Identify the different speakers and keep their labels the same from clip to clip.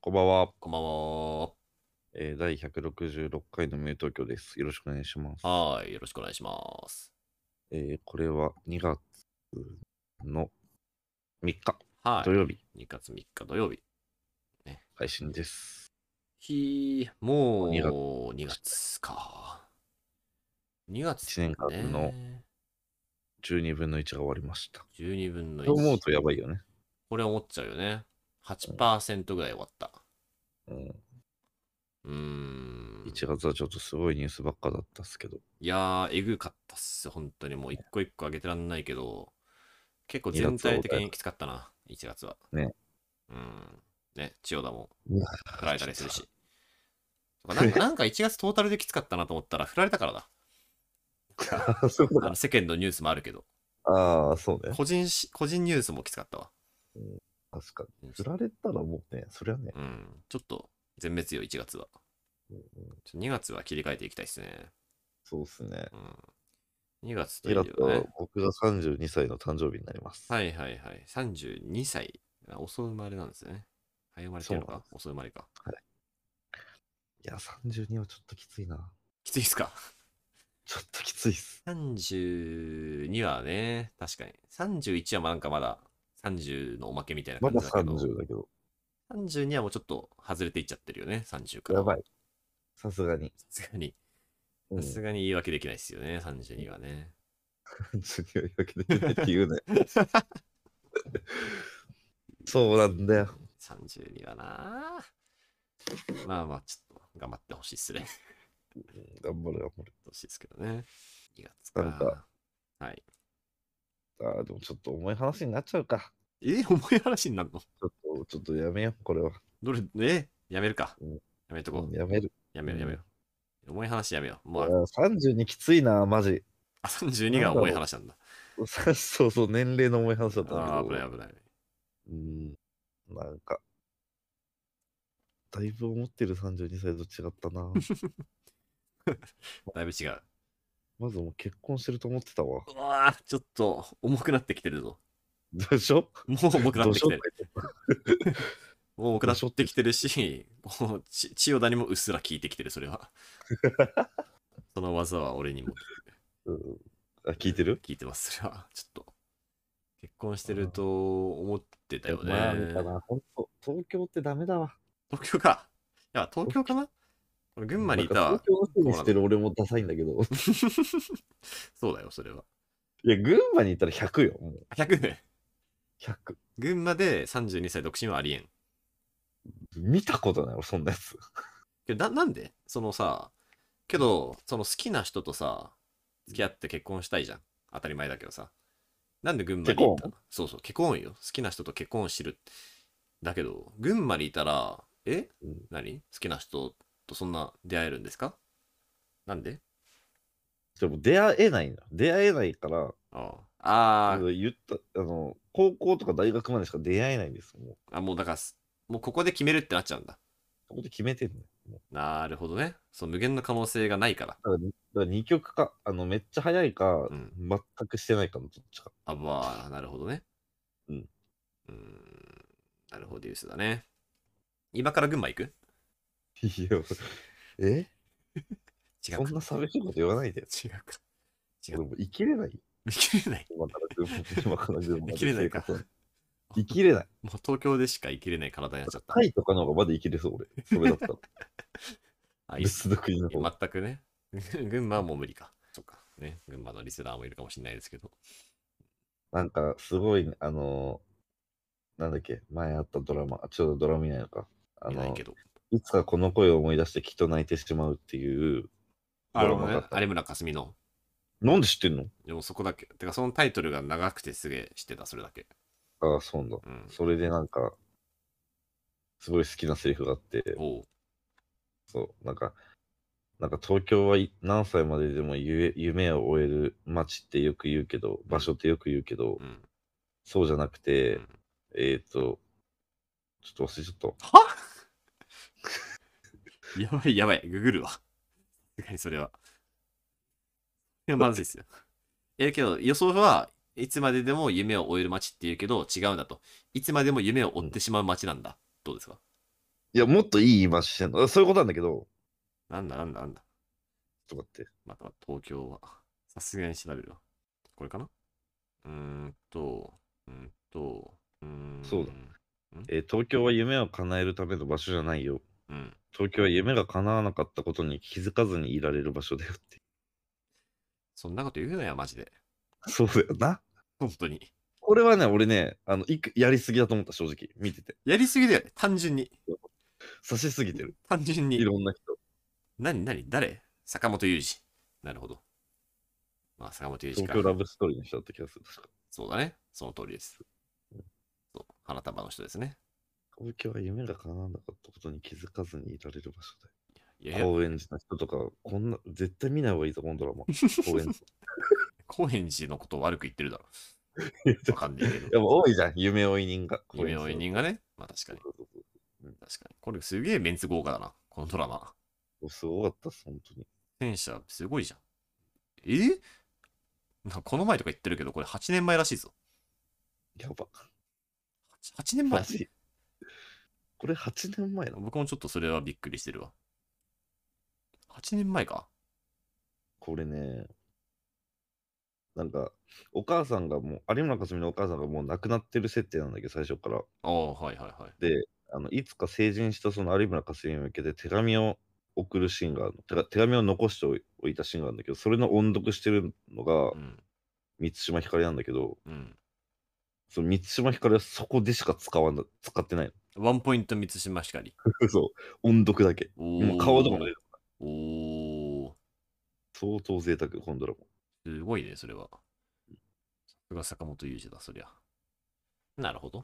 Speaker 1: こんばんは。
Speaker 2: こんばんは。
Speaker 1: えー、第166回の名東京です。よろしくお願いします。
Speaker 2: はーい、よろしくお願いします。
Speaker 1: えー、これは2月の3日
Speaker 2: は
Speaker 1: 土曜日
Speaker 2: い。2月3日土曜日。
Speaker 1: 配信です。
Speaker 2: ひー、もう
Speaker 1: 二月
Speaker 2: 2月か。2月、ね。
Speaker 1: 一年間の12分の1が終わりました。
Speaker 2: 12分の
Speaker 1: と思う
Speaker 2: 1。
Speaker 1: とやばいよね。
Speaker 2: これ思っちゃうよね。8%ぐらい終わった。
Speaker 1: うん、
Speaker 2: うーん。
Speaker 1: 1月はちょっとすごいニュースばっかだったっすけど、
Speaker 2: いやー、えぐかったっす。本当にもう一個一個上げてらんないけど、結構全体的にきつかったな、1月は。
Speaker 1: ね。
Speaker 2: うん。ね、千代田も
Speaker 1: うわ
Speaker 2: 振られたりするし。とかなんかなんか1月トータルできつかったなと思ったら、振られたからだ。
Speaker 1: そういうこと
Speaker 2: あの世間のニュースもあるけど、
Speaker 1: ああ、そうね。
Speaker 2: 個人し個人ニュースもきつかったわ。
Speaker 1: 確かに。振られたらもうね、そりゃね。
Speaker 2: うん。ちょっと全滅よ、1月は。
Speaker 1: うんうん
Speaker 2: ちょ2月は切り替えていきたいっすね。
Speaker 1: そうっすね。
Speaker 2: うん。2月とい
Speaker 1: 2
Speaker 2: うよ
Speaker 1: 月
Speaker 2: りは
Speaker 1: は
Speaker 2: ね。
Speaker 1: 僕が32歳の誕生日になります。
Speaker 2: はいはいはい。32歳。あ遅生まれなんですよね。早生まれっていうの
Speaker 1: そうなん
Speaker 2: か遅生まれか。
Speaker 1: いや、32はちょっときついな。
Speaker 2: きついっすか
Speaker 1: ちょっときついっす。
Speaker 2: ?32 はね、確かに。31はまあなんかまだ30のおまけみたいな
Speaker 1: ま
Speaker 2: 感
Speaker 1: だ
Speaker 2: じだけ
Speaker 1: 30
Speaker 2: ど。
Speaker 1: だけど。
Speaker 2: 32はもうちょっと外れていっちゃってるよね、30から。
Speaker 1: やば
Speaker 2: い。
Speaker 1: い。さすがに。
Speaker 2: さすがに、
Speaker 1: うん
Speaker 2: さすがに言い訳できないですよね、32はね。
Speaker 1: 次は言い訳できないって言うね。 そうなんだよ。
Speaker 2: 32はなぁまあまあ、ちょっと頑張ってほしいっすね。
Speaker 1: 頑張る頑張る。
Speaker 2: ほしいですけどね。2月
Speaker 1: なんか
Speaker 2: か。はい。
Speaker 1: ああ、でもちょっと重い話になっちゃうか。
Speaker 2: え、重い話になるの
Speaker 1: ちょっと、ちょっとやめよう、これは。
Speaker 2: どれ、え、やめるか
Speaker 1: うん。
Speaker 2: やめとこう。
Speaker 1: やめる。
Speaker 2: やめよう、やめよう。重い話やめよう。も
Speaker 1: あー
Speaker 2: う、
Speaker 1: 32きついな、マジ。
Speaker 2: あ32が重い話なんだ。
Speaker 1: さそうそう、年齢の重い話だったん
Speaker 2: あ
Speaker 1: だ
Speaker 2: あ、
Speaker 1: け
Speaker 2: 危
Speaker 1: ど
Speaker 2: ない、危ない。。
Speaker 1: うん。なんか、だいぶ思ってる32歳と違った な。
Speaker 2: だいぶ違う。
Speaker 1: まずもう結婚してると思ってたわ。
Speaker 2: うわぁ、ちょっと重くなってきてるぞ。
Speaker 1: でしょ
Speaker 2: もう重くなっ
Speaker 1: ど
Speaker 2: て
Speaker 1: し
Speaker 2: き
Speaker 1: ょ
Speaker 2: て
Speaker 1: っ
Speaker 2: る
Speaker 1: て。
Speaker 2: もう下ってきてるし、もうち千代田にもうっすら聞いてきてる、そ れは。その技は俺にも
Speaker 1: うんあ聞いてる
Speaker 2: 聞いてます、それは。ちょっと。結婚してると思ってたよね。
Speaker 1: まあ、なんかな、本当東京ってダメだわ。
Speaker 2: 東京か。いや、東京かな俺群馬にいた
Speaker 1: なん
Speaker 2: わ
Speaker 1: か。東京のせいにしてる俺もダサいんだけど。
Speaker 2: そうだよ、それは。
Speaker 1: いや、群馬に行ったら100よ。もう
Speaker 2: あ100ね。
Speaker 1: 100。
Speaker 2: 群馬で32歳独身はありえん。
Speaker 1: 見たことない、俺、そんなやつ。
Speaker 2: けどななんでそのさ、けど、その好きな人とさ、付き合って結婚したいじゃん。当たり前だけどさ。なんで群馬に行ったのそうそう、結婚よ。好きな人と結婚してる。だけど、群馬にいたら、え
Speaker 1: うん
Speaker 2: 何好きな人とそんな出会えるんですかなんで
Speaker 1: でも出会えないの。出会えないから、
Speaker 2: あ
Speaker 1: あ
Speaker 2: あ
Speaker 1: の言ったあの、高校とか大学までしか出会えないんです。もう、
Speaker 2: ああ、もうだからす、もうここで決めるってなっちゃうんだ。
Speaker 1: そこで決めてんのよ。も
Speaker 2: なるほどね。そう、無限の可能性がないから。
Speaker 1: うだから、だから2曲か、あの、めっちゃ早いか、
Speaker 2: うん
Speaker 1: 全くしてないかのどっちか。
Speaker 2: あ、まあ、なるほどね。
Speaker 1: うん。
Speaker 2: うーん。なるほど、ユースだね。今から群馬行く
Speaker 1: いや、え
Speaker 2: 違
Speaker 1: そ
Speaker 2: うんか。
Speaker 1: な寂しいこと言わないで。
Speaker 2: 違うか。違
Speaker 1: 俺
Speaker 2: う。
Speaker 1: もう生きれない。
Speaker 2: 見切れない。
Speaker 1: 今から群馬、今から群馬で
Speaker 2: 生きれないか
Speaker 1: 生活は生きれない。
Speaker 2: もう東京でしか生きれない体になっちゃった。
Speaker 1: タイとかの方がまだ生きれそう、俺。それだった ら。
Speaker 2: あ、いいっす
Speaker 1: 別の国の方が。
Speaker 2: 全くね。 群馬はもう無理か。そっか。ね。群馬のリスナーもいるかもしれないですけど。
Speaker 1: なんか、すごい、ね、あのーなんだっけ、前あったドラマ、あちょうどドラマ見ないのか。あ
Speaker 2: いない
Speaker 1: の
Speaker 2: け、ど。
Speaker 1: いつかこの声を思い出してきっと泣いてしまうっていう。
Speaker 2: あ
Speaker 1: ドラ
Speaker 2: の
Speaker 1: マだ
Speaker 2: ね
Speaker 1: っ、た
Speaker 2: 有村架純の。
Speaker 1: なんで知ってんの
Speaker 2: でもそこだけ。てか、そのタイトルが長くてすげえ知ってた、それだけ。
Speaker 1: ああ、そうなんだ。
Speaker 2: うん。
Speaker 1: それでなんか、すごい好きなセリフがあって、
Speaker 2: おう。
Speaker 1: そう、なんか、なんか東京はい何歳まででもゆえ夢を終える街ってよく言うけど、場所ってよく言うけど、
Speaker 2: うん。
Speaker 1: そうじゃなくて、
Speaker 2: うん
Speaker 1: えっ、ー、と、ちょっと忘れちゃった。
Speaker 2: はやばいやばい、ググるわ。さすがにそれは。いや、まずいっすよ。え、けど予想はいつまででも夢を追える街っていうけど違うんだと。いつまでも夢を追ってしまう街なんだ。どうですか
Speaker 1: いや、もっといい言い回ししてんの。そういうことなんだけど、
Speaker 2: なんだなんだなんだ。
Speaker 1: ちょっと待って。
Speaker 2: また東京は。さすがに調べるわ。これかなうーんと、うーんと、うーん。
Speaker 1: そうだ。えー東京は夢を叶えるための場所じゃないよ。
Speaker 2: うん。
Speaker 1: 東京は夢が叶わなかったことに気づかずにいられる場所だよって。
Speaker 2: そんなこと言うなよ、マジで。
Speaker 1: そうだよな。
Speaker 2: 本当に。
Speaker 1: これはね、俺ね、あの、いくやりすぎだと思った、正直。見てて。
Speaker 2: やりすぎだよね、単純に。
Speaker 1: 差しすぎてる。
Speaker 2: 単純
Speaker 1: い
Speaker 2: に。
Speaker 1: ろんな人。
Speaker 2: 何、何、誰坂本雄二。なるほど。まあ、坂本雄二
Speaker 1: 東
Speaker 2: か
Speaker 1: 京。ラブストーリーの人だった気がする。確か
Speaker 2: そうだね。その通りです。そう。花束の人ですね。
Speaker 1: 東京は夢が叶わなかったことに気づかずにいられる場所だよ。
Speaker 2: いやいや、
Speaker 1: 高円寺の人とか、こんな、絶対見ない方がいいぞ、このドラマ。高円寺。
Speaker 2: 高円寺のことを悪く言ってる だろ。
Speaker 1: いや
Speaker 2: わかんない け
Speaker 1: で
Speaker 2: ど。
Speaker 1: も多いじゃん、夢追い人が。
Speaker 2: 夢追い人がね。まあ確かに。
Speaker 1: そうそうそう
Speaker 2: 確かに。これすげえメンツ豪華だな。このドラマ。
Speaker 1: そうすごかったっす、本当に。
Speaker 2: 戦車すごいじゃん。えなんかこの前とか言ってるけど、これ8年前らしいぞ。
Speaker 1: や ば。
Speaker 2: 8, 8年前
Speaker 1: マジ これ8年前なの
Speaker 2: 僕もちょっとそれはびっくりしてるわ。8年前か。
Speaker 1: これね、なんか、お母さんがもう、有村架純のお母さんがもう亡くなってる設定なんだけど、最初から。
Speaker 2: ああ、はいはいはい。
Speaker 1: で、あのいつか成人したその有村架純に向けて手紙を送るシーンがあるの。手が手紙を残しておいおいたシーンがあるんだけど、それの音読してるのが
Speaker 2: うん。
Speaker 1: 満島ひかりなんだけど、
Speaker 2: うん。
Speaker 1: その満島ひかりはそこでしか使わな使ってない
Speaker 2: ワンポイント満島ひかり。
Speaker 1: の。 そう、音読だけ。
Speaker 2: おー
Speaker 1: もう顔とかも出てこない
Speaker 2: おー。
Speaker 1: 相当贅沢、このドラマ。
Speaker 2: すごいね、それは。さすが坂本雄二だ、そりゃ。なるほど。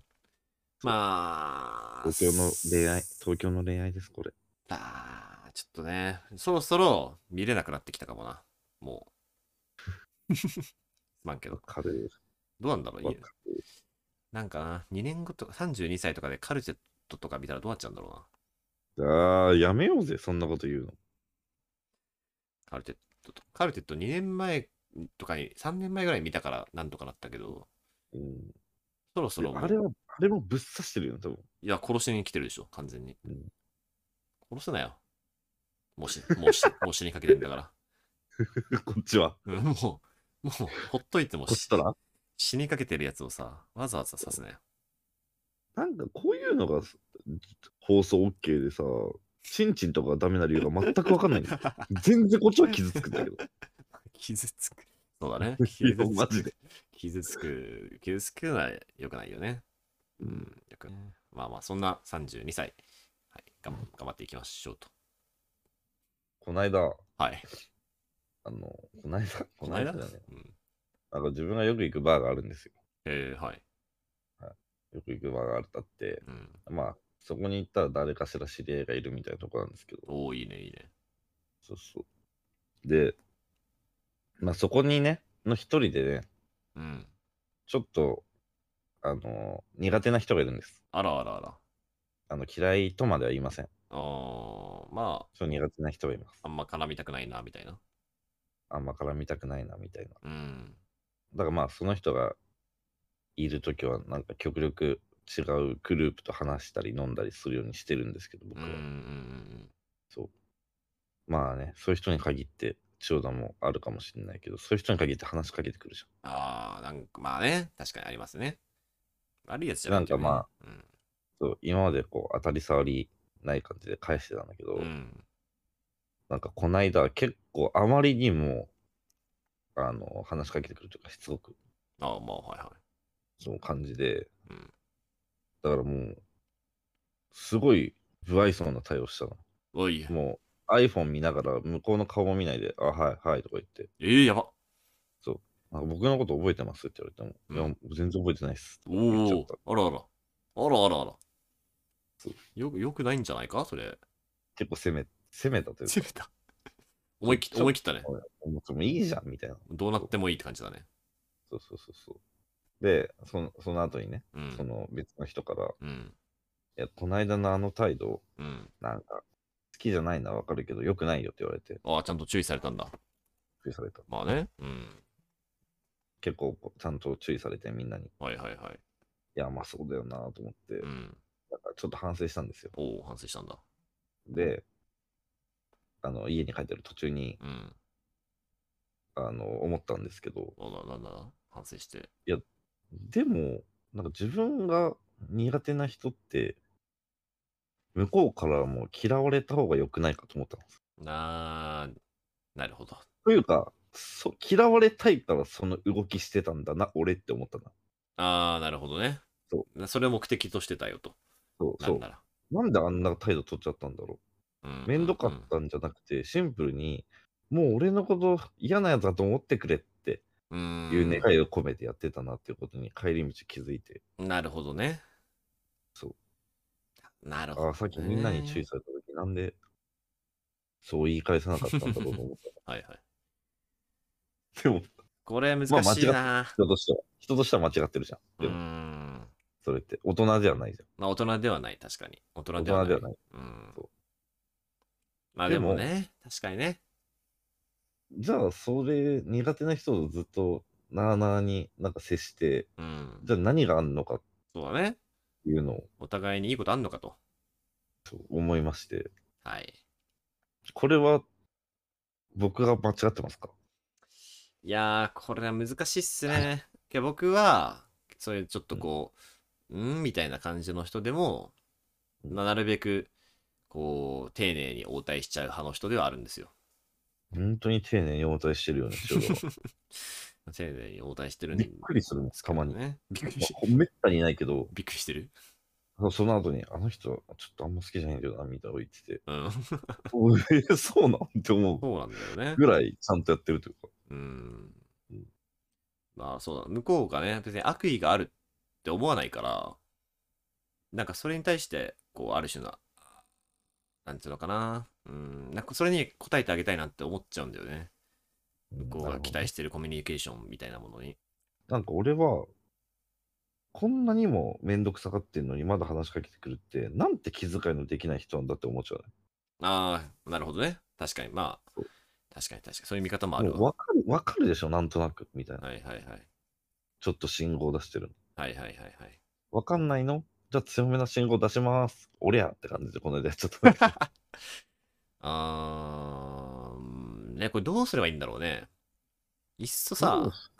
Speaker 2: まあ、
Speaker 1: 東京の恋愛、東京の恋愛です、これ。
Speaker 2: あーちょっとね、そろそろ見れなくなってきたかもな。もう。 まんけど。
Speaker 1: カレー
Speaker 2: どうなんだろうい
Speaker 1: わ
Speaker 2: い
Speaker 1: か
Speaker 2: なんかな、2年後とか、32歳とかでカルテットとか見たらどうなっちゃうんだろうな。
Speaker 1: ああ、やめようぜ、そんなこと言うの。
Speaker 2: カルテットと。カルテット2年前とかに、3年前ぐらいに見たからなんとかなったけど、
Speaker 1: うん、
Speaker 2: そろそろもう
Speaker 1: あれは、あれもぶっ刺してるよね、多分。
Speaker 2: いや、殺しに来てるでしょ、完全に。
Speaker 1: うん
Speaker 2: 殺すなよ。もうし、もうし、もう死に かけてんだから。
Speaker 1: こっちは。
Speaker 2: うんもう、もう、ほっといても
Speaker 1: こっ
Speaker 2: し
Speaker 1: ちたら
Speaker 2: 死にかけてるやつをさ、わざわざ刺すなよ。
Speaker 1: なんかこういうのが放送 OK でさ、チンチンとかがダメな理由が全くわかんないんだ よ。全然こっちは傷つくんだけ ど。
Speaker 2: 傷つく。そうだね。
Speaker 1: いや
Speaker 2: 傷つく。
Speaker 1: マジで
Speaker 2: 傷つく。傷つくのは良くないよね。
Speaker 1: う、
Speaker 2: うんん。よくまあまあ、そんな32歳。はい。頑張頑張っていきましょうと。
Speaker 1: こないだ、
Speaker 2: はい。
Speaker 1: あの、こないだ、こないだだね。
Speaker 2: うん。
Speaker 1: なんか自分がよく行くバーがあるんですよ。
Speaker 2: えー、はい。
Speaker 1: よく行くバーがあるたって、
Speaker 2: うん。
Speaker 1: まあ、そこに行ったら誰かしら知り合いがいるみたいなとこなんですけど、
Speaker 2: おー、いいね、いいね。
Speaker 1: そうそう。で、まあそこにね、の一人でね、
Speaker 2: うん。
Speaker 1: ちょっと、あの、苦手な人がいるんです。
Speaker 2: あらあらあら。
Speaker 1: あの、嫌いとまでは言いません。
Speaker 2: あーまあ、
Speaker 1: ちょっと苦手な人がいます。
Speaker 2: あんま絡みたくないな、みたいな。
Speaker 1: あんま絡みたくないな、みたいな。
Speaker 2: うん。
Speaker 1: だからまあ、その人がいるときは、なんか極力違うグループと話したり飲んだりするようにしてるんですけど、
Speaker 2: う
Speaker 1: 僕
Speaker 2: んう
Speaker 1: は。
Speaker 2: んうん
Speaker 1: そう。まあね、そういう人に限って、千代田もあるかもしれないけど、そういう人に限って話しかけてくるじゃん。
Speaker 2: ああ、なんかまあね、確かにありますね。悪いやつじゃない
Speaker 1: なんか
Speaker 2: あ、うん。
Speaker 1: そう今までこう、当たり障りない感じで返してたんだけど、
Speaker 2: うん、
Speaker 1: なんかこないだ結構あまりにも、あの、話しかけてくるというか、しつこく、
Speaker 2: ああ、まあ、はいは
Speaker 1: その感じで、
Speaker 2: い。うん、
Speaker 1: だからもう、すごい不愛想な対応したの。
Speaker 2: おい、
Speaker 1: もう iPhone 見ながら向こうの顔も見ないで、あ、はい、はいとか言って、
Speaker 2: えー、やば。
Speaker 1: なんか僕のこと覚えてますって言われても、
Speaker 2: うん
Speaker 1: いや、全然覚えてないっす。とか言っちゃ
Speaker 2: お
Speaker 1: っ
Speaker 2: お
Speaker 1: た、
Speaker 2: あらあら。あらあらあら
Speaker 1: そう。
Speaker 2: よく、よくないんじゃないかそれ。
Speaker 1: 結構攻め、攻めたというか、
Speaker 2: 攻めた。 思い切った、思い切ったね。
Speaker 1: もうもういいじゃんみたいな。
Speaker 2: どうなってもいいって感じだね。
Speaker 1: そうそうそうそう。で、そのその後にね、
Speaker 2: う
Speaker 1: そ
Speaker 2: ん。
Speaker 1: の別の人から、い
Speaker 2: うん。
Speaker 1: や、こないだのあの態度、
Speaker 2: うん。
Speaker 1: なんか、好きじゃないのはわかるけど、良くないよって言われて、
Speaker 2: ああ、ちゃんと注意されたんだ。
Speaker 1: 注意された。
Speaker 2: まあね。うん。
Speaker 1: 結構、こうちゃんと注意されて、みんなに。い
Speaker 2: はいはいはい。
Speaker 1: や、まあそうだよなと思って、
Speaker 2: うん。
Speaker 1: だからちょっと反省したんですよ。
Speaker 2: おお、反省したんだ。
Speaker 1: で、あの、家に帰ってる途中に、
Speaker 2: うん。
Speaker 1: あの、思ったんですけど、
Speaker 2: おだなんだな反省して。
Speaker 1: でも、なんか自分が苦手な人って、向こうからも嫌われた方が良くないかと思ったんです。
Speaker 2: なー、なるほど。
Speaker 1: というか、そ嫌われたいからその動きしてたんだな、俺って思ったな。
Speaker 2: あー、なるほどね。。
Speaker 1: そう
Speaker 2: それを目的としてたよと。
Speaker 1: そう
Speaker 2: な
Speaker 1: そ
Speaker 2: ん
Speaker 1: う
Speaker 2: な。ら。
Speaker 1: なんであんな態度取っちゃったんだろ
Speaker 2: うん
Speaker 1: う。めんどかったんじゃなくて、シンプルに、もう俺のこと嫌なやつだと思ってくれって
Speaker 2: うんうん。
Speaker 1: いう願いを込めてやってたなっていうことに帰り道気づいて、
Speaker 2: なるほどね。。
Speaker 1: そう
Speaker 2: なるほど、
Speaker 1: ああ、さっきみんなに注意された時なんで、そう言い返さなかったんだろうと思っ
Speaker 2: はいはい。
Speaker 1: た。でも、
Speaker 2: これ難
Speaker 1: まあ間違っ
Speaker 2: しいな。
Speaker 1: 人としては、人としては間違ってるじゃん。
Speaker 2: う
Speaker 1: で
Speaker 2: ー
Speaker 1: も、
Speaker 2: ん。
Speaker 1: それって大人ではないじ
Speaker 2: まあ大人ではない、確かに。
Speaker 1: ゃ
Speaker 2: 大
Speaker 1: ん。
Speaker 2: 人
Speaker 1: 大
Speaker 2: で
Speaker 1: 人
Speaker 2: はない。
Speaker 1: ではない。
Speaker 2: うん
Speaker 1: そ。
Speaker 2: まあでもね、確かにね。
Speaker 1: じゃあ、それ苦手な人とずっと、なあなあになんか接して、
Speaker 2: うん。
Speaker 1: じゃあ何があんのかっ
Speaker 2: そうだね。
Speaker 1: ていうのを
Speaker 2: お互いにいいことあんのかと。
Speaker 1: そう思いまして、
Speaker 2: はい。
Speaker 1: これは僕が間違ってますか
Speaker 2: いやー、これは難しいっすね。けど僕は、そういうちょっとこう、うん、みたいな感じの人でも、
Speaker 1: うん
Speaker 2: まあなるべく、こう、丁寧に応対しちゃう派の人ではあるんですよ。
Speaker 1: 本当に丁寧に応対してるよね、塩 田は
Speaker 2: 丁寧に応対してるん
Speaker 1: びっくりするんです、たまに。
Speaker 2: ね。びっくりし
Speaker 1: めったにないけど、
Speaker 2: びっくりしてる。、
Speaker 1: その後に、あの人はちょっとあんま好きじゃないんだよな、みたいなこと言ってて
Speaker 2: うん。そ
Speaker 1: おえそうなんって 思う
Speaker 2: うなんだよね。
Speaker 1: ぐらいちゃんとやってるというか。
Speaker 2: うん。まあそうだ。向こうがね、別に悪意があるって思わないから、なんかそれに対して、こう、ある種の、なんていうのかな。うん。なんかそれに応えてあげたいなって思っちゃうんだよね。
Speaker 1: うん
Speaker 2: 向こ
Speaker 1: な
Speaker 2: うが
Speaker 1: るほど
Speaker 2: 期待してるコミュニケーションみたいなものに。
Speaker 1: なんか俺は、こんなにもめんどくさがってるのにまだ話しかけてくるって、なんて気遣いのできない人なんだって思っちゃうね。
Speaker 2: ああ、なるほどね。確かに。まあ
Speaker 1: そう、
Speaker 2: 確かに確かに。そういう見方もあ
Speaker 1: も
Speaker 2: る
Speaker 1: う
Speaker 2: わ。
Speaker 1: わかる、わかるでしょ、なんとなく、みたいな。
Speaker 2: はいはいはい。
Speaker 1: ちょっと信号出してるの。
Speaker 2: はいはいはいはい。
Speaker 1: わかんないのじゃあ強めな信号出します。俺やって感じで、この間やっちゃった。
Speaker 2: あーうんね、これどうすればいいんだろうね。いっそ
Speaker 1: ど
Speaker 2: さ
Speaker 1: うし、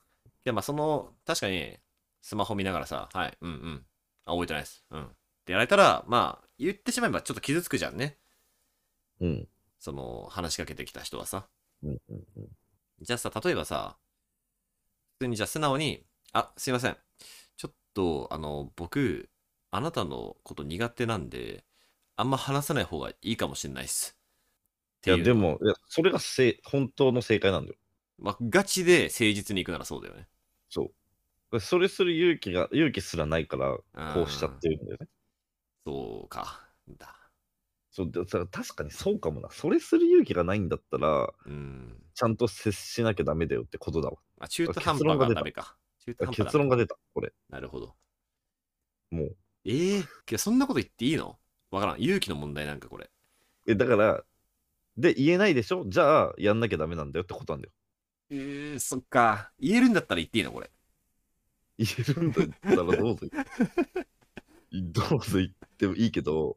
Speaker 2: でまあその、確かに、スマホ見ながらさ、はい、うんうん。あ、覚えてないです。うん。ってやられたら、まあ、言ってしまえばちょっと傷つくじゃんね。
Speaker 1: うん。
Speaker 2: その、話しかけてきた人はさ。
Speaker 1: うんうんうん。
Speaker 2: じゃあさ、例えばさ、普通にじゃあ素直に、あ、すいません。ちょっと、あの、僕、あなたのこと苦手なんで、あんま話さない方がいいかもしれないっす。って
Speaker 1: い
Speaker 2: いう
Speaker 1: や、でも、いやそれがせ本当の正解なんだよ。
Speaker 2: まあ、ガチで誠実に行くならそうだよね。
Speaker 1: そう。それする勇気が、勇気すらないから、
Speaker 2: ん
Speaker 1: こうしちゃってるんだよね。
Speaker 2: そうか。だ。
Speaker 1: そうだから確かにそうかもな。それする勇気がないんだったら、
Speaker 2: うん。
Speaker 1: ちゃんと接しなきゃダメだよってことだわ。
Speaker 2: まあ、中途半
Speaker 1: 結
Speaker 2: 端
Speaker 1: 論が
Speaker 2: が
Speaker 1: 出た
Speaker 2: ダメか。中途半端だ
Speaker 1: 結論が出た、これ。
Speaker 2: なるほど。
Speaker 1: もう。
Speaker 2: ええけどそんなこと言っていいのわからん。勇気の問題なんかこれ。
Speaker 1: え、だから、で、言えないでしょじゃあ、やんなきゃダメなんだよってことなんだよ。
Speaker 2: ええそっか。言えるんだったら言っていいのこれ。
Speaker 1: 言えるんだったらどうぞ。どうぞ言ってもいいけど、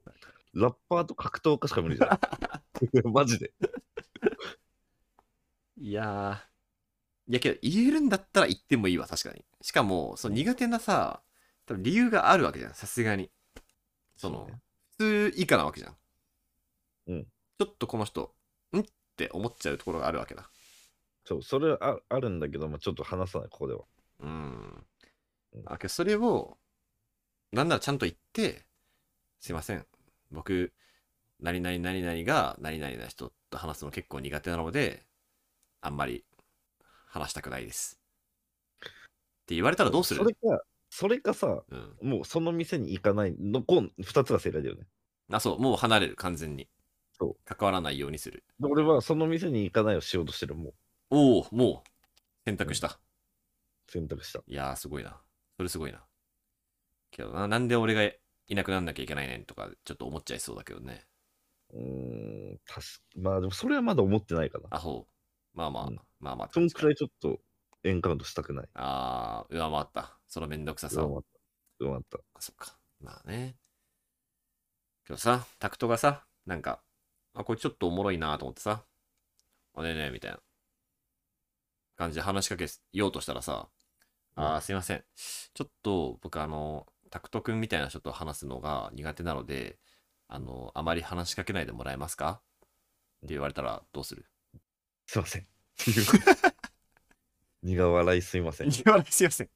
Speaker 1: ラッパーと格闘家しか無理じゃ ん。マジで。
Speaker 2: いやー。いやけど、言えるんだったら言ってもいいわ、確かに。しかも、その苦手なさ、多分理由があるわけじゃん、さすがに。その、普通以下なわけじゃん。
Speaker 1: うん
Speaker 2: ちょっとこの人、んって思っちゃうところがあるわけだ。
Speaker 1: そう、それはああるんだけど、まあ、ちょっと話さない、ここでは。
Speaker 2: うん
Speaker 1: うん。
Speaker 2: あ、けどそれを、なんならちゃんと言って、すいません。僕、何々何々が何々な人と話すの結構苦手なので、あんまり話したくないです。って言われたらどうす
Speaker 1: そ
Speaker 2: る
Speaker 1: れか、それかさ、
Speaker 2: うん。
Speaker 1: もうその店に行かないの、こう、2つが正解だよね。
Speaker 2: あ、そう、もう離れる、完全に。
Speaker 1: そう
Speaker 2: 関わらないようにする。
Speaker 1: で俺はその店に行かないをしようとしてる、も
Speaker 2: おお、もう、選択した。
Speaker 1: う選択した。
Speaker 2: いやー、すごいな。それすごいな。けどな、なんで俺がいなくなんなきゃいけないねんとか、ちょっと思っちゃいそうだけどね。
Speaker 1: うーん、たしまあでもそれはまだ思ってないかな。
Speaker 2: あ、そう。まあまあ、
Speaker 1: うん
Speaker 2: まあまあ。
Speaker 1: そのくらいちょっとエンカウントしたくない。
Speaker 2: ああ、上回った。そのめんどくささ
Speaker 1: う
Speaker 2: を。
Speaker 1: まった。うまった。
Speaker 2: そっか。まあね。けどさ、タクトがさ、なんか、あ、これちょっとおもろいなと思ってさ、あねえねえ、みたいな感じで話しかけようとしたらさ、あーすいません。ちょっと僕、あの、タクト君みたいな人と話すのが苦手なので、あの、あまり話しかけないでもらえますかって言われたらどうす る
Speaker 1: すいません。苦笑いすいませ ん。
Speaker 2: 苦笑いすいません。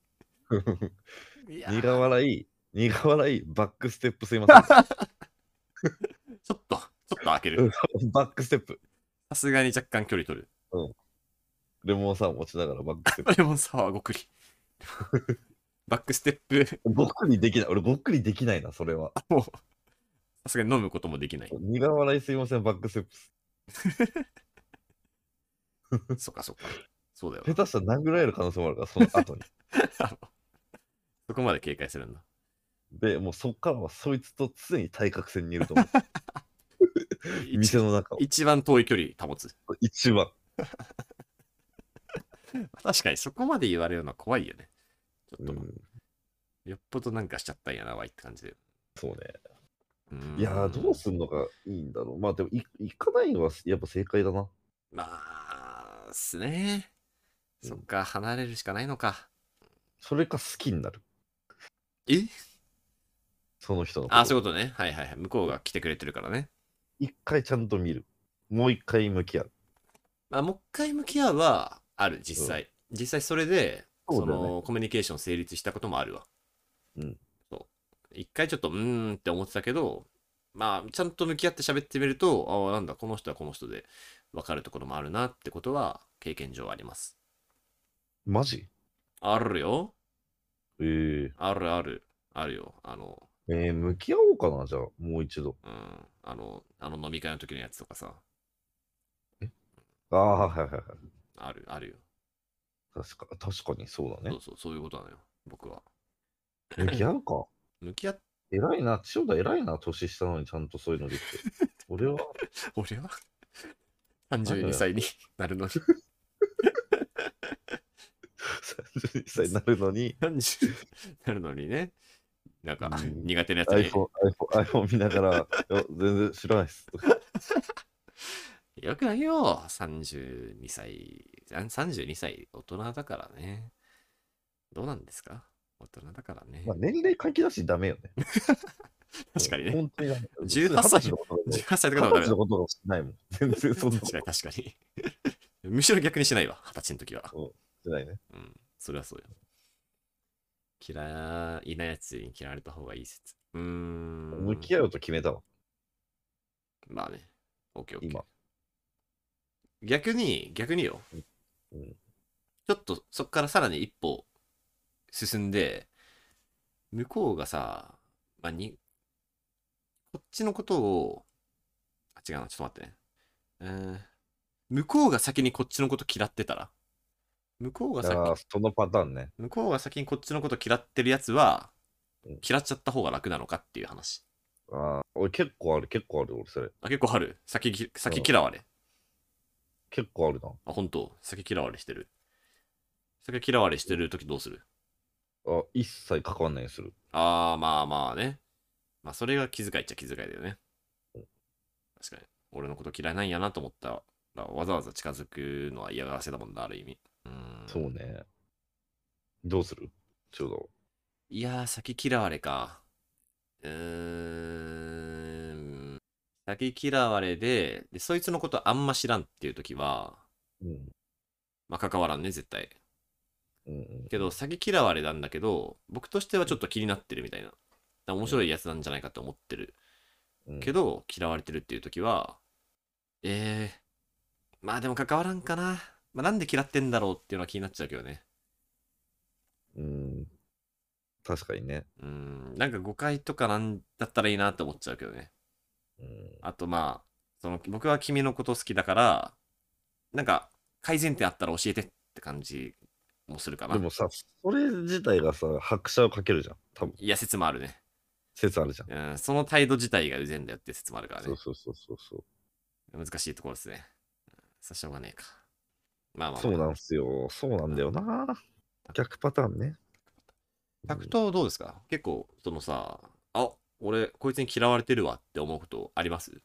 Speaker 2: いやー
Speaker 1: 苦笑い、苦笑い、バックステップすいませ
Speaker 2: ちょっと、ちょっと開け
Speaker 1: う
Speaker 2: る
Speaker 1: ん。 ん。バックステップ。
Speaker 2: さすがに若干距離取る。
Speaker 1: レモンサワー持ちながらバックステップ。
Speaker 2: レモンサワーごくり。 バックステップ、さ
Speaker 1: ごっくりできない。俺ごっくりできないな、それは。
Speaker 2: すがに飲むこともできない。
Speaker 1: 苦笑いすいません、バックステップ。
Speaker 2: そっかそっか。そうだよな。
Speaker 1: 下手したら殴られる可能性もあるから、その後 に。
Speaker 2: あのそこまで警戒するんだ。
Speaker 1: で、もうそっからはそいつと常に対角線にいると 思う。店
Speaker 2: 一
Speaker 1: の中を。
Speaker 2: 一番遠い距離保つ。
Speaker 1: 一番。
Speaker 2: 確かにそこまで言われるのは怖いよね。ちょ
Speaker 1: う
Speaker 2: っと、
Speaker 1: ん、
Speaker 2: よっぽどなんかしちゃったんやな、わいって感じで。
Speaker 1: そうね。
Speaker 2: うーん
Speaker 1: いやー、どうすんのがいいんだろう。まあでも、い行かないのはやっぱ正解だな。
Speaker 2: まあ、っすね。
Speaker 1: うん
Speaker 2: そっか、離れるしかないのか。
Speaker 1: それか好きになる。
Speaker 2: え
Speaker 1: その人のこと
Speaker 2: あ、そういうことね。はいはいはい。向こうが来てくれてるからね。
Speaker 1: 一回ちゃんと見る。もう一回向き合う。
Speaker 2: まあ、もう一回向き合うはある、実際。実際それで、
Speaker 1: そ
Speaker 2: そう
Speaker 1: だよね
Speaker 2: のコミュニケーション成立したこともあるわ。
Speaker 1: うん
Speaker 2: そう。一回ちょっと、うーんって思ってたけど、まあ、ちゃんと向き合って喋ってみると、ああ、なんだ、この人はこの人で分かるところもあるなってことは、経験上あります。
Speaker 1: マジ
Speaker 2: あるよ。
Speaker 1: ええ
Speaker 2: あるある。あるよ。あの、
Speaker 1: えー向き合おうかな、じゃあ、もう一度。
Speaker 2: うん。あの、あの飲み会の時のやつとかさ、
Speaker 1: ああ、はいはいはい。
Speaker 2: ある、あるよ。
Speaker 1: 確か確かにそうだ
Speaker 2: そ
Speaker 1: ね
Speaker 2: う。そう、そういうことなのよ。僕は。
Speaker 1: 向き合うか。
Speaker 2: 向き合っ、
Speaker 1: 偉いな、千代田偉いな、年下なのにちゃんとそういうのでき て。俺は、
Speaker 2: 俺は ?32 歳になるの に。
Speaker 1: 32歳になるのに、
Speaker 2: 30なるのにね、なんか
Speaker 1: うん
Speaker 2: 苦手なやつに
Speaker 1: iPhone、iPhone、iPhone 見ながら、いや全然知らないっす。
Speaker 2: よくないよ、32歳、あ32歳、大人だからね。どうなんですか大人だからね
Speaker 1: ま。あ、年齢書き出しダメよね。
Speaker 2: 確かにね。
Speaker 1: 本当にダメ。
Speaker 2: 18歳
Speaker 1: のことだよ
Speaker 2: 18歳と
Speaker 1: 二十
Speaker 2: かの方が
Speaker 1: 歳のことをしないもん。全然そんなこと
Speaker 2: 確
Speaker 1: し
Speaker 2: かに確かに。むしろ逆にしないわ、二十歳の時は。
Speaker 1: ないね。
Speaker 2: うん、それはそうよ。嫌いなやつに嫌われた方がいい説。うーん。
Speaker 1: 向き合うと決めたわ。
Speaker 2: まあね。オッケーオッケー。
Speaker 1: 今。
Speaker 2: 逆に、逆によ。
Speaker 1: うん
Speaker 2: ちょっとそっからさらに一歩進んで、向こうがさ、まあ、に、こっちのことを、あ、違うな、ちょっと待ってね。うーん。向こうが先にこっちのこと嫌ってたら向こうが先
Speaker 1: ああ、そのパターンね。
Speaker 2: 向こうが先にこっちのこと嫌ってるやつは
Speaker 1: うん、
Speaker 2: 嫌っちゃった方が楽なのかっていう話。
Speaker 1: ああ、俺結構ある、結構ある、俺それ。
Speaker 2: あ、結構ある。先ぎ、先嫌われ。
Speaker 1: 結構あるな。
Speaker 2: あ、本当先嫌われしてる。先嫌われしてる時どうする
Speaker 1: あ一切関わんないようにする。
Speaker 2: ああ、まあまあね。まあ、それが気遣いっちゃ気遣いだよね
Speaker 1: うん。
Speaker 2: 確かに。俺のこと嫌いなんやなと思ったら、わざわざ近づくのは嫌がらせだもんな、ある意味。うーん。
Speaker 1: そうね。どうするちょうど。
Speaker 2: いやー、先嫌われか。うーん。先嫌われで、で、そいつのことあんま知らんっていう時は、
Speaker 1: うん。
Speaker 2: まあ、関わらんね、絶対。
Speaker 1: うんうん、
Speaker 2: けど、先嫌われなんだけど、僕としてはちょっと気になってるみたいな。だから面白いやつなんじゃないかと思ってる。
Speaker 1: うん
Speaker 2: け、ど、嫌われてるっていう時は、えー、まあでも関わらんかな。まあ、なんで嫌ってんだろうっていうのは気になっちゃうけどね。
Speaker 1: うん。確かにね。
Speaker 2: うーん、なんか誤解とかなんだったらいいなって思っちゃうけどね。
Speaker 1: うん。
Speaker 2: あとまあ、その僕は君のこと好きだから、なんか改善点あったら教えてって感じもするかな。
Speaker 1: でもさ、それ自体がさ、拍車をかけるじゃん。多分
Speaker 2: いや、説もあるね。
Speaker 1: 説あるじゃん。
Speaker 2: うん、その態度自体がうぜんだよって説もあるから
Speaker 1: そ
Speaker 2: ね
Speaker 1: う。そうそうそうそう。
Speaker 2: 難しいところですね。うんさしょうがねえか。まあまあ、
Speaker 1: そう
Speaker 2: まあ、
Speaker 1: なんすよ。そうなんだよな。逆パターンね。
Speaker 2: タクトどうですか結構、そのさ、あ俺、こいつに嫌われてるわって思うことあります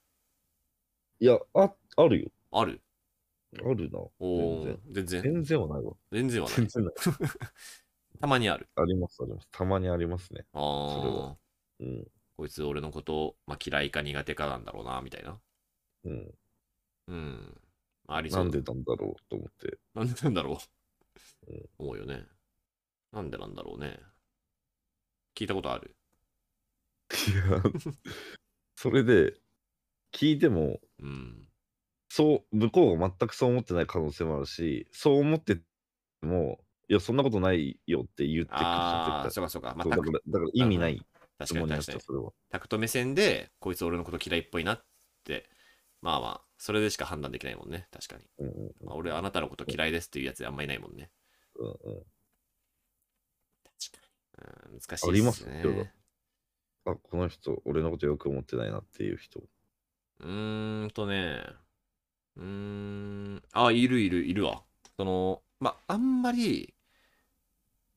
Speaker 1: いや、あ、あるよ。
Speaker 2: ある
Speaker 1: あるな。
Speaker 2: お
Speaker 1: 全
Speaker 2: ー
Speaker 1: 然。
Speaker 2: 全然。
Speaker 1: 全然はないわ。
Speaker 2: 全然はな
Speaker 1: 全
Speaker 2: い。
Speaker 1: 然ない。
Speaker 2: たまにある。
Speaker 1: あります、あります。たまにありますね。
Speaker 2: あ
Speaker 1: れ
Speaker 2: ー
Speaker 1: は。うん。
Speaker 2: こいつ俺のこと、まあ、嫌いか苦手かなんだろうな、みたいな。
Speaker 1: うん。
Speaker 2: うん。ありそう
Speaker 1: な
Speaker 2: だ
Speaker 1: んでなんだろうと思って。
Speaker 2: なんでなんだろう、
Speaker 1: うん
Speaker 2: 思うよね。なんでなんだろうね。聞いたことある。
Speaker 1: いや、 それで、聞いても、
Speaker 2: うん。
Speaker 1: そう、向こうが全くそう思ってない可能性もあるし、そう思っても、いや、そんなことないよって言ってくるじゃ
Speaker 2: あ
Speaker 1: ん
Speaker 2: あ、
Speaker 1: 絶
Speaker 2: そうかそうか。ま
Speaker 1: 対
Speaker 2: あ、
Speaker 1: そうだ
Speaker 2: タク
Speaker 1: からだから意味ない
Speaker 2: 確
Speaker 1: 質
Speaker 2: か
Speaker 1: 問
Speaker 2: に
Speaker 1: になっ
Speaker 2: 確
Speaker 1: ち
Speaker 2: か
Speaker 1: ゃ
Speaker 2: に
Speaker 1: う、。それは。
Speaker 2: タクト目線で、こいつ俺のこと嫌いっぽいなって、まあまあ、それでしか判断できないもんね。確かに。
Speaker 1: うんうん
Speaker 2: まあ、俺、あなたのこと嫌いですっていうやつあんまいないもんね。
Speaker 1: うんうん
Speaker 2: 確かに。うん、難しい
Speaker 1: あり
Speaker 2: で
Speaker 1: ます
Speaker 2: すね。
Speaker 1: けどあ、この人、俺のことよく思ってないなっていう人。
Speaker 2: うーんとね、うーん、あ、いるいるいるわ。その、まあ、あんまり、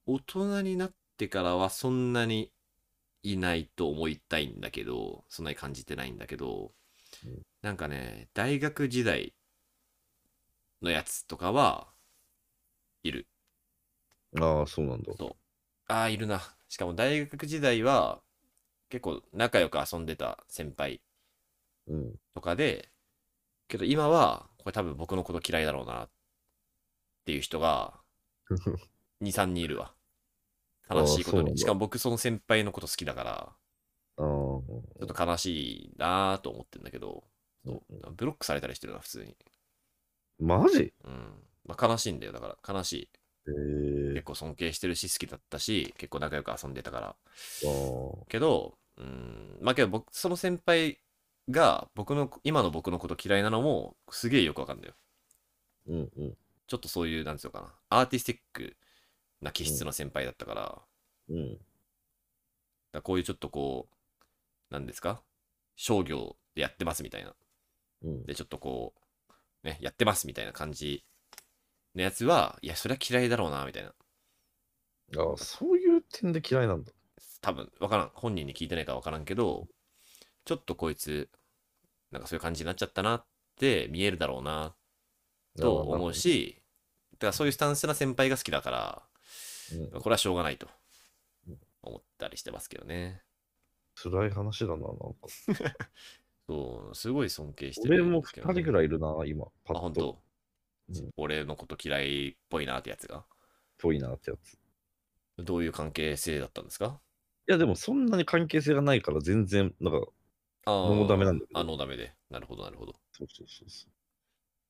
Speaker 2: 大人になってからはそんなにいないと思いたいんだけど、そんなに感じてないんだけど
Speaker 1: うん、
Speaker 2: なんかね、大学時代のやつとかは、いる。
Speaker 1: ああ、そうなんだ。
Speaker 2: そう。ああ、いるな。しかも大学時代は、結構仲良く遊んでた先輩
Speaker 1: うん。
Speaker 2: とかで、けど今は、これ多分僕のこと嫌いだろうなっていう人が 2、3人いるわ。悲しいこ
Speaker 1: あーそ
Speaker 2: と
Speaker 1: うなん
Speaker 2: に。
Speaker 1: だ
Speaker 2: しかも僕その先輩のこと好きだから、
Speaker 1: ああ、
Speaker 2: ちょっと悲しいなーと思ってんだけど、そう
Speaker 1: うん
Speaker 2: ブロックされたりしてるな、普通に。
Speaker 1: マジ
Speaker 2: うん。まあ、悲しいんだよ、だから悲しい。
Speaker 1: え
Speaker 2: 結構尊敬してるし、好きだったし、結構仲良く遊んでたから。
Speaker 1: えー。
Speaker 2: けど、うん、まあけど僕、その先輩が僕の、今の僕のこと嫌いなのも、すげえよくわかるんだよ。
Speaker 1: ああ、うんうん。
Speaker 2: ちょっとそういう、なんていうのかな、アーティスティックな気質の先輩だったから、だか
Speaker 1: うん。
Speaker 2: らこういうちょっとこう、なんですか、商業でやってますみたいな、
Speaker 1: うん、
Speaker 2: で、ちょっとこう、ね、やってますみたいな感じのやつは、いや、それは嫌いだろうな、みたいな。
Speaker 1: ああ、そういう点で嫌いなんだ。
Speaker 2: 多分、わからん。本人に聞いてないからわからんけど、ちょっとこいつ、なんかそういう感じになっちゃったなって見えるだろうな、と思うし、だからそういうスタンスな先輩が好きだから、
Speaker 1: うん
Speaker 2: これはしょうがないと
Speaker 1: うん
Speaker 2: 思ったりしてますけどね。
Speaker 1: 辛い話だな、なんか。
Speaker 2: そう、すごい尊敬して
Speaker 1: 俺
Speaker 2: るん
Speaker 1: も
Speaker 2: ですけどね、
Speaker 1: 2人ぐらいいるな、今。パ
Speaker 2: あ、
Speaker 1: ッ
Speaker 2: 本
Speaker 1: とっ
Speaker 2: 当、
Speaker 1: うん
Speaker 2: 俺のこと嫌いっぽいなってやつが。
Speaker 1: ぽいなってやつ。い
Speaker 2: どういう関係性だったんですか
Speaker 1: や、でもそんなに関係性がないから、全然、なんか、
Speaker 2: あー
Speaker 1: ノーダメなんだけど
Speaker 2: あ、ノーダメで。なるほど、なるほど。
Speaker 1: そうそうそうそ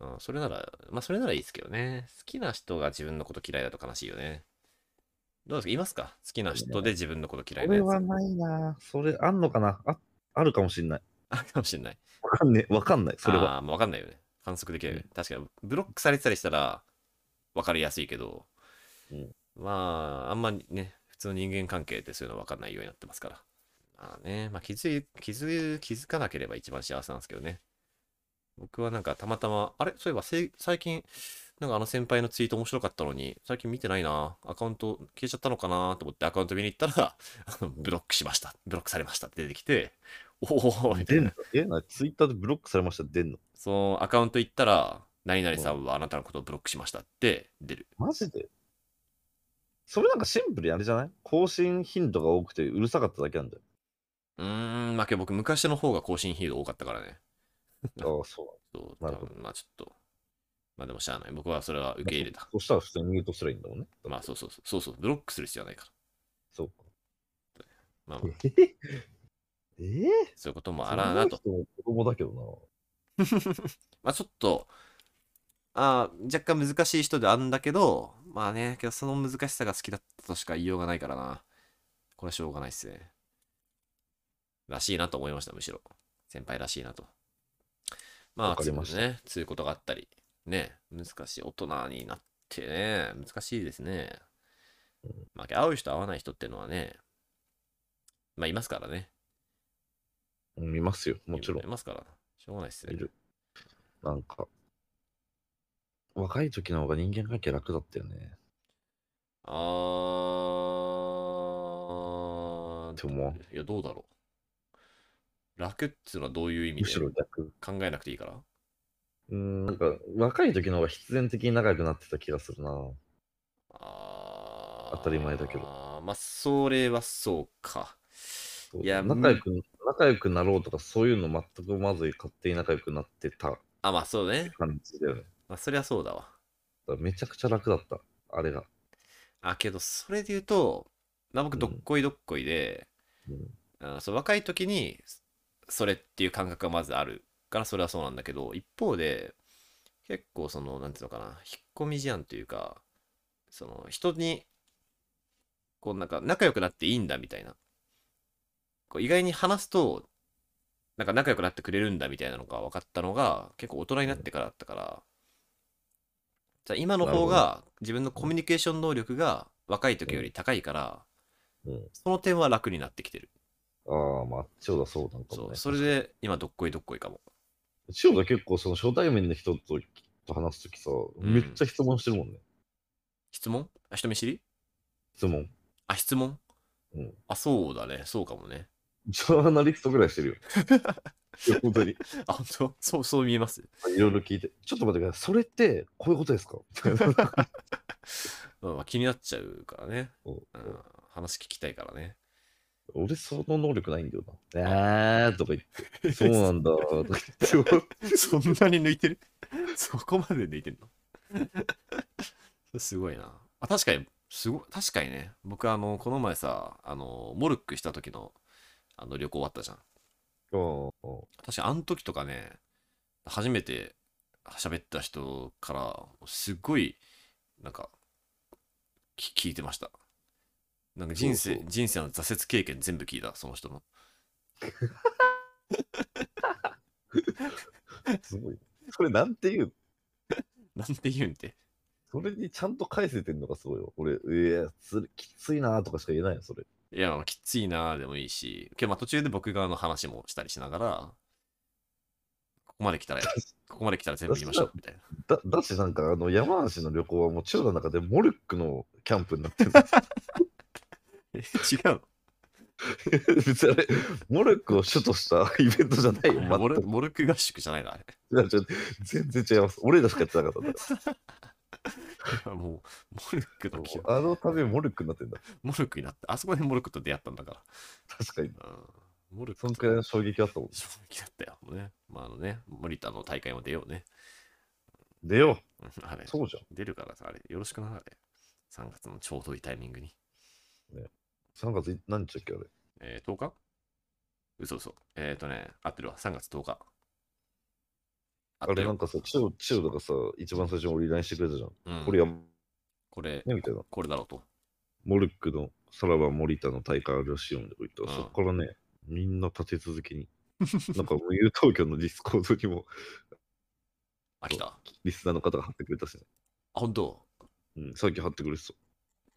Speaker 2: うん、それなら、まあ、それならいいですけどね。好きな人が自分のこと嫌いだと悲しいよね。どうですかいますか好きな人で自分のこと嫌
Speaker 1: う。
Speaker 2: い
Speaker 1: これ
Speaker 2: なやつ。
Speaker 1: はないな。それ、あんのかなああるかもしんない。
Speaker 2: あるかもしれない。
Speaker 1: わかんねえ。わかんない。それは。
Speaker 2: あーまあ、わかんないよね。反則できないよね
Speaker 1: う
Speaker 2: 確かに、ブロックされてたりしたら、わかりやすいけど、
Speaker 1: うん
Speaker 2: まあ、あんまりね、普通の人間関係ってそういうのわかんないようになってますから。まあね、まあ気づい、気づい、気づかなければ一番幸せなんですけどね。僕はなんかたまたま、あれそういえばせい最近、なんかあの先輩のツイート面白かったのに、最近見てないな、アカウント消えちゃったのかなと思ってアカウント見に行ったら、 あのブロックしました、ブロックされましたって出てきて、おお、みたい
Speaker 1: 出ん
Speaker 2: な
Speaker 1: の。え、なツイッターでブロックされました出んの
Speaker 2: そのアカウント行ったら、何々さんはあなたのことをブロックしましたって出る。
Speaker 1: マジでそれなんかシンプルにあれじゃない更新頻度が多くてうるさかっただけなんだよ。
Speaker 2: うーん、まあけど僕昔の方が更新頻度多かったからね。
Speaker 1: ああ、そう
Speaker 2: そう、
Speaker 1: な
Speaker 2: 多
Speaker 1: るほど
Speaker 2: 分まあちょっと。まあでもしゃあない。僕はそれは受け入れた。
Speaker 1: そしたら普通にミュートすればいいんだもんね。
Speaker 2: まあそうそうそう。そうそう。ブロックする必要はないか
Speaker 1: そうか。
Speaker 2: ら。まあまあ、
Speaker 1: えへへえー、
Speaker 2: そういうこともあらなと。
Speaker 1: その人も子供だけどな。
Speaker 2: まあちょっと、ああ、若干難しい人であんだけど、まあね、けどその難しさが好きだったとしか言いようがないからな。これはしょうがないっすね。らしいなと思いました、むしろ。先輩らしいなと。ま
Speaker 1: わ
Speaker 2: あ、
Speaker 1: か
Speaker 2: つ
Speaker 1: り
Speaker 2: うこ
Speaker 1: ま
Speaker 2: と
Speaker 1: した
Speaker 2: ね、つうことがあったり。ね、難しい。大人になってね、難しいですね。まあ、会う人会わない人ってのはね、まあ、いますからね。
Speaker 1: うん見ますよ、もちろん
Speaker 2: い。ますから。しょうがないっすね。
Speaker 1: いるなんか、若い時の方が人間関係楽だったよね。
Speaker 2: あー
Speaker 1: って思わん
Speaker 2: いや、どうだろ楽っていうのはどういう意味
Speaker 1: む
Speaker 2: で
Speaker 1: しろ逆。
Speaker 2: 考えなくていいから
Speaker 1: うーん、なんか、若い時の方が必然的に仲良くなってた気がするな。
Speaker 2: あー
Speaker 1: 当たり前だけど
Speaker 2: まあ、それはそうか。いや、
Speaker 1: 仲良く、仲良くなろうとか、そういうの全くまずい勝手に仲良くなってた
Speaker 2: あ、まあそうね。
Speaker 1: 感じだよね。
Speaker 2: まあ、そりゃそうだわ。
Speaker 1: だからめちゃくちゃ楽だった、あれが。
Speaker 2: あ、けど、それで言うと、まあ、
Speaker 1: う
Speaker 2: 僕、
Speaker 1: ん
Speaker 2: どっこいどっこいで、
Speaker 1: うん
Speaker 2: あそう若い時に、それっていう感覚がまずあるから、それはそうなんだけど、一方で、結構、その、なんていうのかな、引っ込み思案というか、その、人に、こう、なんか、仲良くなっていいんだみたいな。こう意外に話すと、なんか仲良くなってくれるんだみたいなのが分かったのが、結構大人になってからだったから、じゃあ今の方
Speaker 1: な
Speaker 2: が自分のコミュニケーション能力が若い時より高いから、
Speaker 1: うん、
Speaker 2: その点は楽になってきてる。
Speaker 1: ああ、まあ、千代田そうなんか
Speaker 2: そ
Speaker 1: もね。
Speaker 2: う、それで今どっこいどっこいかも。
Speaker 1: 千代田結構、その初対面の人とと話すときさ、
Speaker 2: ん
Speaker 1: めっちゃ質問してるもんね。
Speaker 2: 質問あ、人見知り
Speaker 1: 質問。
Speaker 2: あ、質問
Speaker 1: うん
Speaker 2: あ、そうだね。そうかもね。
Speaker 1: ジョーナリストぐらいしてるよ。いや本当に。い
Speaker 2: あ、本当 そう、そう見えます。
Speaker 1: ろいろ聞いて。ちょっと待ってください。それって、こういうことですか みたいな
Speaker 2: まあまあ、気になっちゃうからね。
Speaker 1: そう
Speaker 2: うん、話聞きたいからね。
Speaker 1: 俺、その能力ないんだよな。えーとか言って。そうなんだ。とか言って。
Speaker 2: そんなに抜いてる そこまで抜いてんの すごいな。あ、確かに、すごい、確かにね。僕、あの、この前さ、あの、モルックした時の、あの、旅行あったじゃん。
Speaker 1: うんうん
Speaker 2: 確かに、あの時とかね、初めて喋った人から、すっごい、なんか、き聞いてました。なんか人生、
Speaker 1: そうそ
Speaker 2: 人生の挫折経験全部聞いた、その人の。
Speaker 1: すごい。 それなんていう
Speaker 2: なんて言うんて。
Speaker 1: それにちゃんと返せてんのがすごいよ。俺、いや、つきついなーとかしか言えないよ、それ。
Speaker 2: いや、まあきついなーでもいいし、けどまあ途中で僕側の話もしたりしながら、ここまで来 たら、ここまで来たら全部言いましょう、みたいな。
Speaker 1: だだし、なんか、あの、山梨の旅行はもう中の中でモルックのキャンプになってる。
Speaker 2: え違 う
Speaker 1: 別にあれ、モルックを主としたイベントじゃないよ、
Speaker 2: のモ
Speaker 1: 全
Speaker 2: ル
Speaker 1: く。
Speaker 2: モルク合宿じゃないな、あれ。
Speaker 1: いやちょっと全然違います。俺らしかやってなか ったんだか
Speaker 2: いや もう、モルクの記憶
Speaker 1: ら。あの旅モルックになってんだ。
Speaker 2: モルクになって、あそこでモルクと出会ったんだか
Speaker 1: 確かに。
Speaker 2: ら。うん、モルク
Speaker 1: そ
Speaker 2: と
Speaker 1: んくらいの衝撃あったもん。
Speaker 2: 衝撃だったよ。もうね、まああのね、森田の大会も出ようね。
Speaker 1: 出よ
Speaker 2: うんあれ
Speaker 1: う。、そうじゃ
Speaker 2: 出るからさ、あれ、よろしくな、あれ。3月のちょうどいいタイミングに。
Speaker 1: ん。3月い何日だっけ、あれ。
Speaker 2: えー、10日嘘嘘。えっ、ー、とね、合ってるわ。3月10日。あ
Speaker 1: あれなんかさ、千代千代とかさ、一番最初に俺 LINE してくれたじゃん。
Speaker 2: うん、
Speaker 1: これやんね
Speaker 2: これ、
Speaker 1: みたいな。
Speaker 2: これだろうと。
Speaker 1: モルックのさらば森田の大会あるらしいよみたいなこと言ったら、
Speaker 2: うん
Speaker 1: そこからね、みんな立て続けに。なんか、無友東京のディスコードにも
Speaker 2: あ、来た。あ、
Speaker 1: リスナーの方が貼ってくれたしね。
Speaker 2: 本当
Speaker 1: うん、さっき貼ってくれてた。
Speaker 2: っ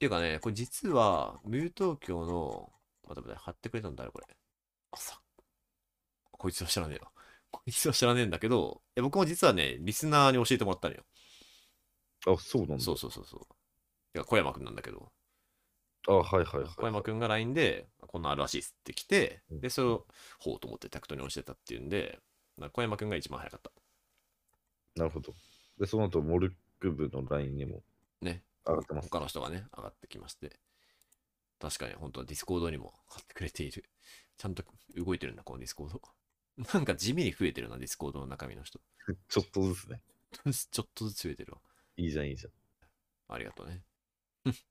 Speaker 2: ていうかね、これ実は、ムー東京の、待って待って、貼ってくれたんだよ、これ。あ、さ。こいつは知らねえよ。こいつは知らねえんだけど、いや僕も実はね、リスナーに教えてもらったのよ。
Speaker 1: あ、そうなんだ。
Speaker 2: そうそうそうそう。いや、小山くんなんだけど。
Speaker 1: あ、はいはい
Speaker 2: 小
Speaker 1: はい。
Speaker 2: 山くんが LINE で、こんなんあるらしいっすって来て、
Speaker 1: うん
Speaker 2: で、それを、ほうと思ってタクトに教えたっていうんで、な小山くんが一番早かった。
Speaker 1: なるほど。で、その後、モルック部の LINE にも
Speaker 2: ね。
Speaker 1: 上がってます。
Speaker 2: 他の人がね、上がってきまして。確かに、本当はディスコードにも貼ってくれている。ちゃんと動いてるんだ、このディスコード。 なんか地味に増えてるな、ディスコードの中身の人。
Speaker 1: ちょっとずつね。
Speaker 2: ちょっとずつ増えてるわ。
Speaker 1: いいじゃん、いいじゃん。
Speaker 2: ありがとうね。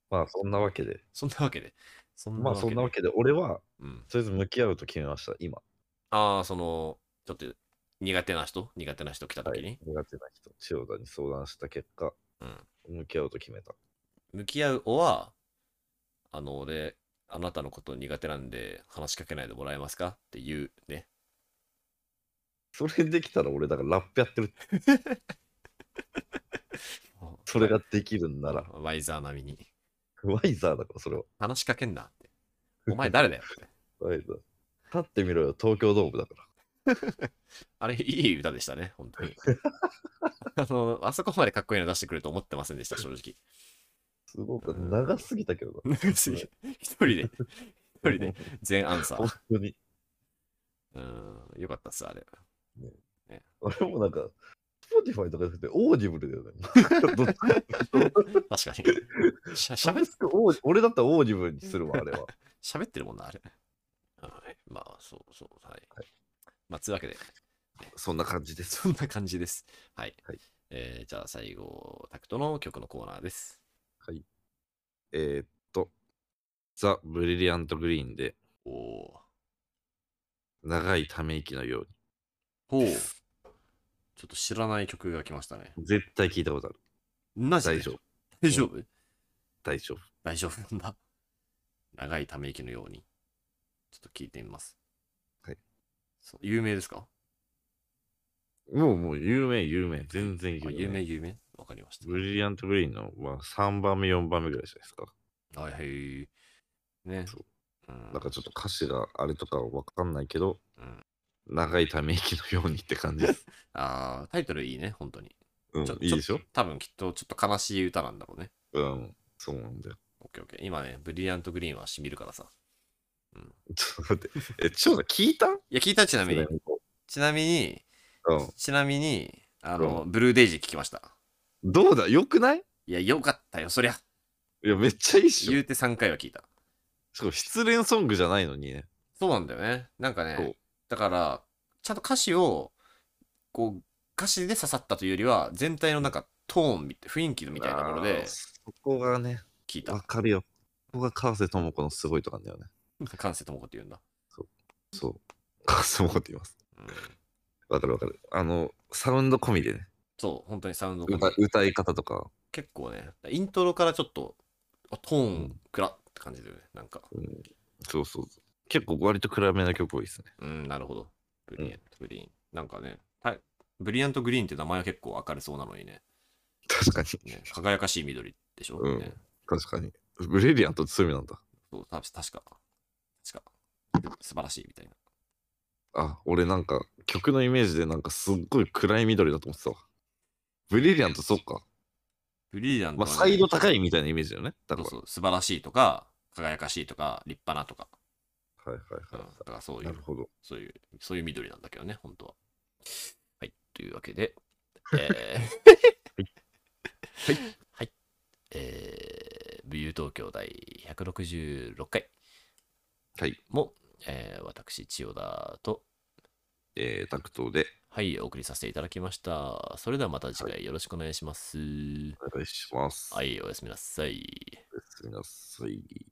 Speaker 1: まあ、そんなわけで。
Speaker 2: そんなわけで。そん
Speaker 1: まあ、そんなわ
Speaker 2: で
Speaker 1: けで、俺は、
Speaker 2: うん。
Speaker 1: とりあえず向き合うと決めました、今。
Speaker 2: ああ、その、ちょっと苦手な人苦手な人来た
Speaker 1: は
Speaker 2: 時
Speaker 1: い
Speaker 2: に、。
Speaker 1: 苦手な人、千代田に相談した結果、
Speaker 2: うん。
Speaker 1: 向き合うと決めた。
Speaker 2: 向き合うおは、あの、俺、あなたのこと苦手なんで話しかけないでもらえますかっていうね。
Speaker 1: それできたら俺、だからラップやってるってそれができるんなら、
Speaker 2: ワイザー並みに。
Speaker 1: ワイザーだから、それは。
Speaker 2: 話しかけん なって。お前誰だよって。
Speaker 1: ワイザー。立ってみろよ、東京ドームだから。
Speaker 2: あれ、いい歌でしたね、本当に。あの、あそこまでかっこいいの出してくると思ってませんでした、正 直。
Speaker 1: すごく長すぎたけどな。
Speaker 2: 一人で、一人で、全アンサー
Speaker 1: 本。当に。
Speaker 2: うん、よかったっす、あれ。
Speaker 1: あれもなんか、Spotify とかじゃなくて、オーディブルだよね。どっちか
Speaker 2: 確かに。しゃしゃべ
Speaker 1: 喋ってオー俺だったらオーディブルにするわ、あれは。
Speaker 2: 喋ってるもんな、あれ。はい、まあ、そうそう、はい。まあ、つうわけで、
Speaker 1: そんな感じです。
Speaker 2: そんな感じです。はい。
Speaker 1: はい
Speaker 2: えーじゃあ、最後、タクトの曲のコーナーです。
Speaker 1: えーっと、ザ・ブリリアント・グリーンで、
Speaker 2: おお。
Speaker 1: 長いため息のよう
Speaker 2: ほ う。ちょっと知らない曲が来ましたね。
Speaker 1: に。絶対聞いたことある。
Speaker 2: なぜ
Speaker 1: 大丈夫。
Speaker 2: 大丈夫
Speaker 1: 大丈夫。
Speaker 2: 大丈夫 なんだ。長いため息のように。ちょっと聞いてみます。
Speaker 1: はい
Speaker 2: そう。有名ですか
Speaker 1: もう、もう、有名、有名。全然有
Speaker 2: あ
Speaker 1: 名。
Speaker 2: 有名、有名わかりました。
Speaker 1: ブリリアント・グリーンの、まあ、3番目、4番目ぐらいじゃないですか。
Speaker 2: はいはい。ね。
Speaker 1: そう
Speaker 2: うん。
Speaker 1: なんかちょっと歌詞があれとかはわかんないけど、
Speaker 2: うん
Speaker 1: 長いため息のようにって感じ です。
Speaker 2: ああ、タイトルいいね、本当に。
Speaker 1: うん
Speaker 2: ちょ、
Speaker 1: いいでしょ
Speaker 2: ち多分きっとちょっと悲しい歌なんだろうね。
Speaker 1: うん、そうなんだよ。
Speaker 2: オッケーオッケー。今ね、ブリリアントグリーンはしみるからさ。
Speaker 1: ちょっと待って、え、ちょっと聞いた
Speaker 2: いや、聞いたちなみに。
Speaker 1: う
Speaker 2: ちなみに、
Speaker 1: ん。
Speaker 2: ちなみに、あの、ブルーデイジー聞きました。
Speaker 1: どうだよくない
Speaker 2: いや、よかったよ、そりゃ。
Speaker 1: いや、めっちゃいいっしょ。
Speaker 2: 言うて3回は聞いた。
Speaker 1: しかも失恋ソングじゃないのにね。
Speaker 2: そうなんだよね。なんか
Speaker 1: そう
Speaker 2: ね、だから、ちゃんと歌詞を、こう、歌詞で刺さったというよりは、全体のなんか、トーンみ、雰囲気みたいなところ
Speaker 1: あー
Speaker 2: で
Speaker 1: そこがね、
Speaker 2: 聞い
Speaker 1: わ
Speaker 2: た。
Speaker 1: かるよ。ここが川瀬智子のすごいとこなんだよね。
Speaker 2: 感性ともこって言うんだ。
Speaker 1: そう。川瀬智子って言います。
Speaker 2: うん
Speaker 1: わかるわかる。あの、サウンド込みでね、
Speaker 2: そう、本当にサウンドが
Speaker 1: 歌歌い方とか、
Speaker 2: 結構ね、イントロからちょっと、あトー
Speaker 1: う
Speaker 2: ン
Speaker 1: ん、
Speaker 2: 暗って感じだよね。なんか、
Speaker 1: うん、そうそうそう。結構割と暗めな曲多いですね。
Speaker 2: うん、なるほど。ブリリアントグリーン。なんかね、はい。ブリリアントグリーンって名前は結構明るそうなのにね、
Speaker 1: 確かに。
Speaker 2: ね輝かしい緑でしょ、
Speaker 1: うん
Speaker 2: ね、
Speaker 1: 確かに。ブレリアントってそういう意味なんだ。
Speaker 2: そう、た確か、確か、素晴らしいみたいな。
Speaker 1: あ、俺なんか曲のイメージでなんかすっごい暗い緑だと思ってたわ。ブリリアント、そっか。
Speaker 2: ブリリアント
Speaker 1: ま
Speaker 2: は
Speaker 1: あ、
Speaker 2: ね、
Speaker 1: サイド高いみたいなイメージだよね。だか
Speaker 2: そう
Speaker 1: ら。
Speaker 2: そう、素晴らしいとか、輝かしいとか、立派なとか、
Speaker 1: はいはい
Speaker 2: うん、
Speaker 1: は
Speaker 2: だからそう
Speaker 1: い。
Speaker 2: い
Speaker 1: な
Speaker 2: う
Speaker 1: るほど。
Speaker 2: そういう、そういう緑なんだけどね、本当は。はい、というわけで、 えーはい、はい、えー、武勇東京第166回
Speaker 1: はい。
Speaker 2: も、えー私、千代田と、
Speaker 1: えー、タクトで
Speaker 2: はい、お送りさせていただきました。それではまた次回よろしくお願いします。
Speaker 1: お願いします。
Speaker 2: はい、おやすみなさい。
Speaker 1: おやすみなさい。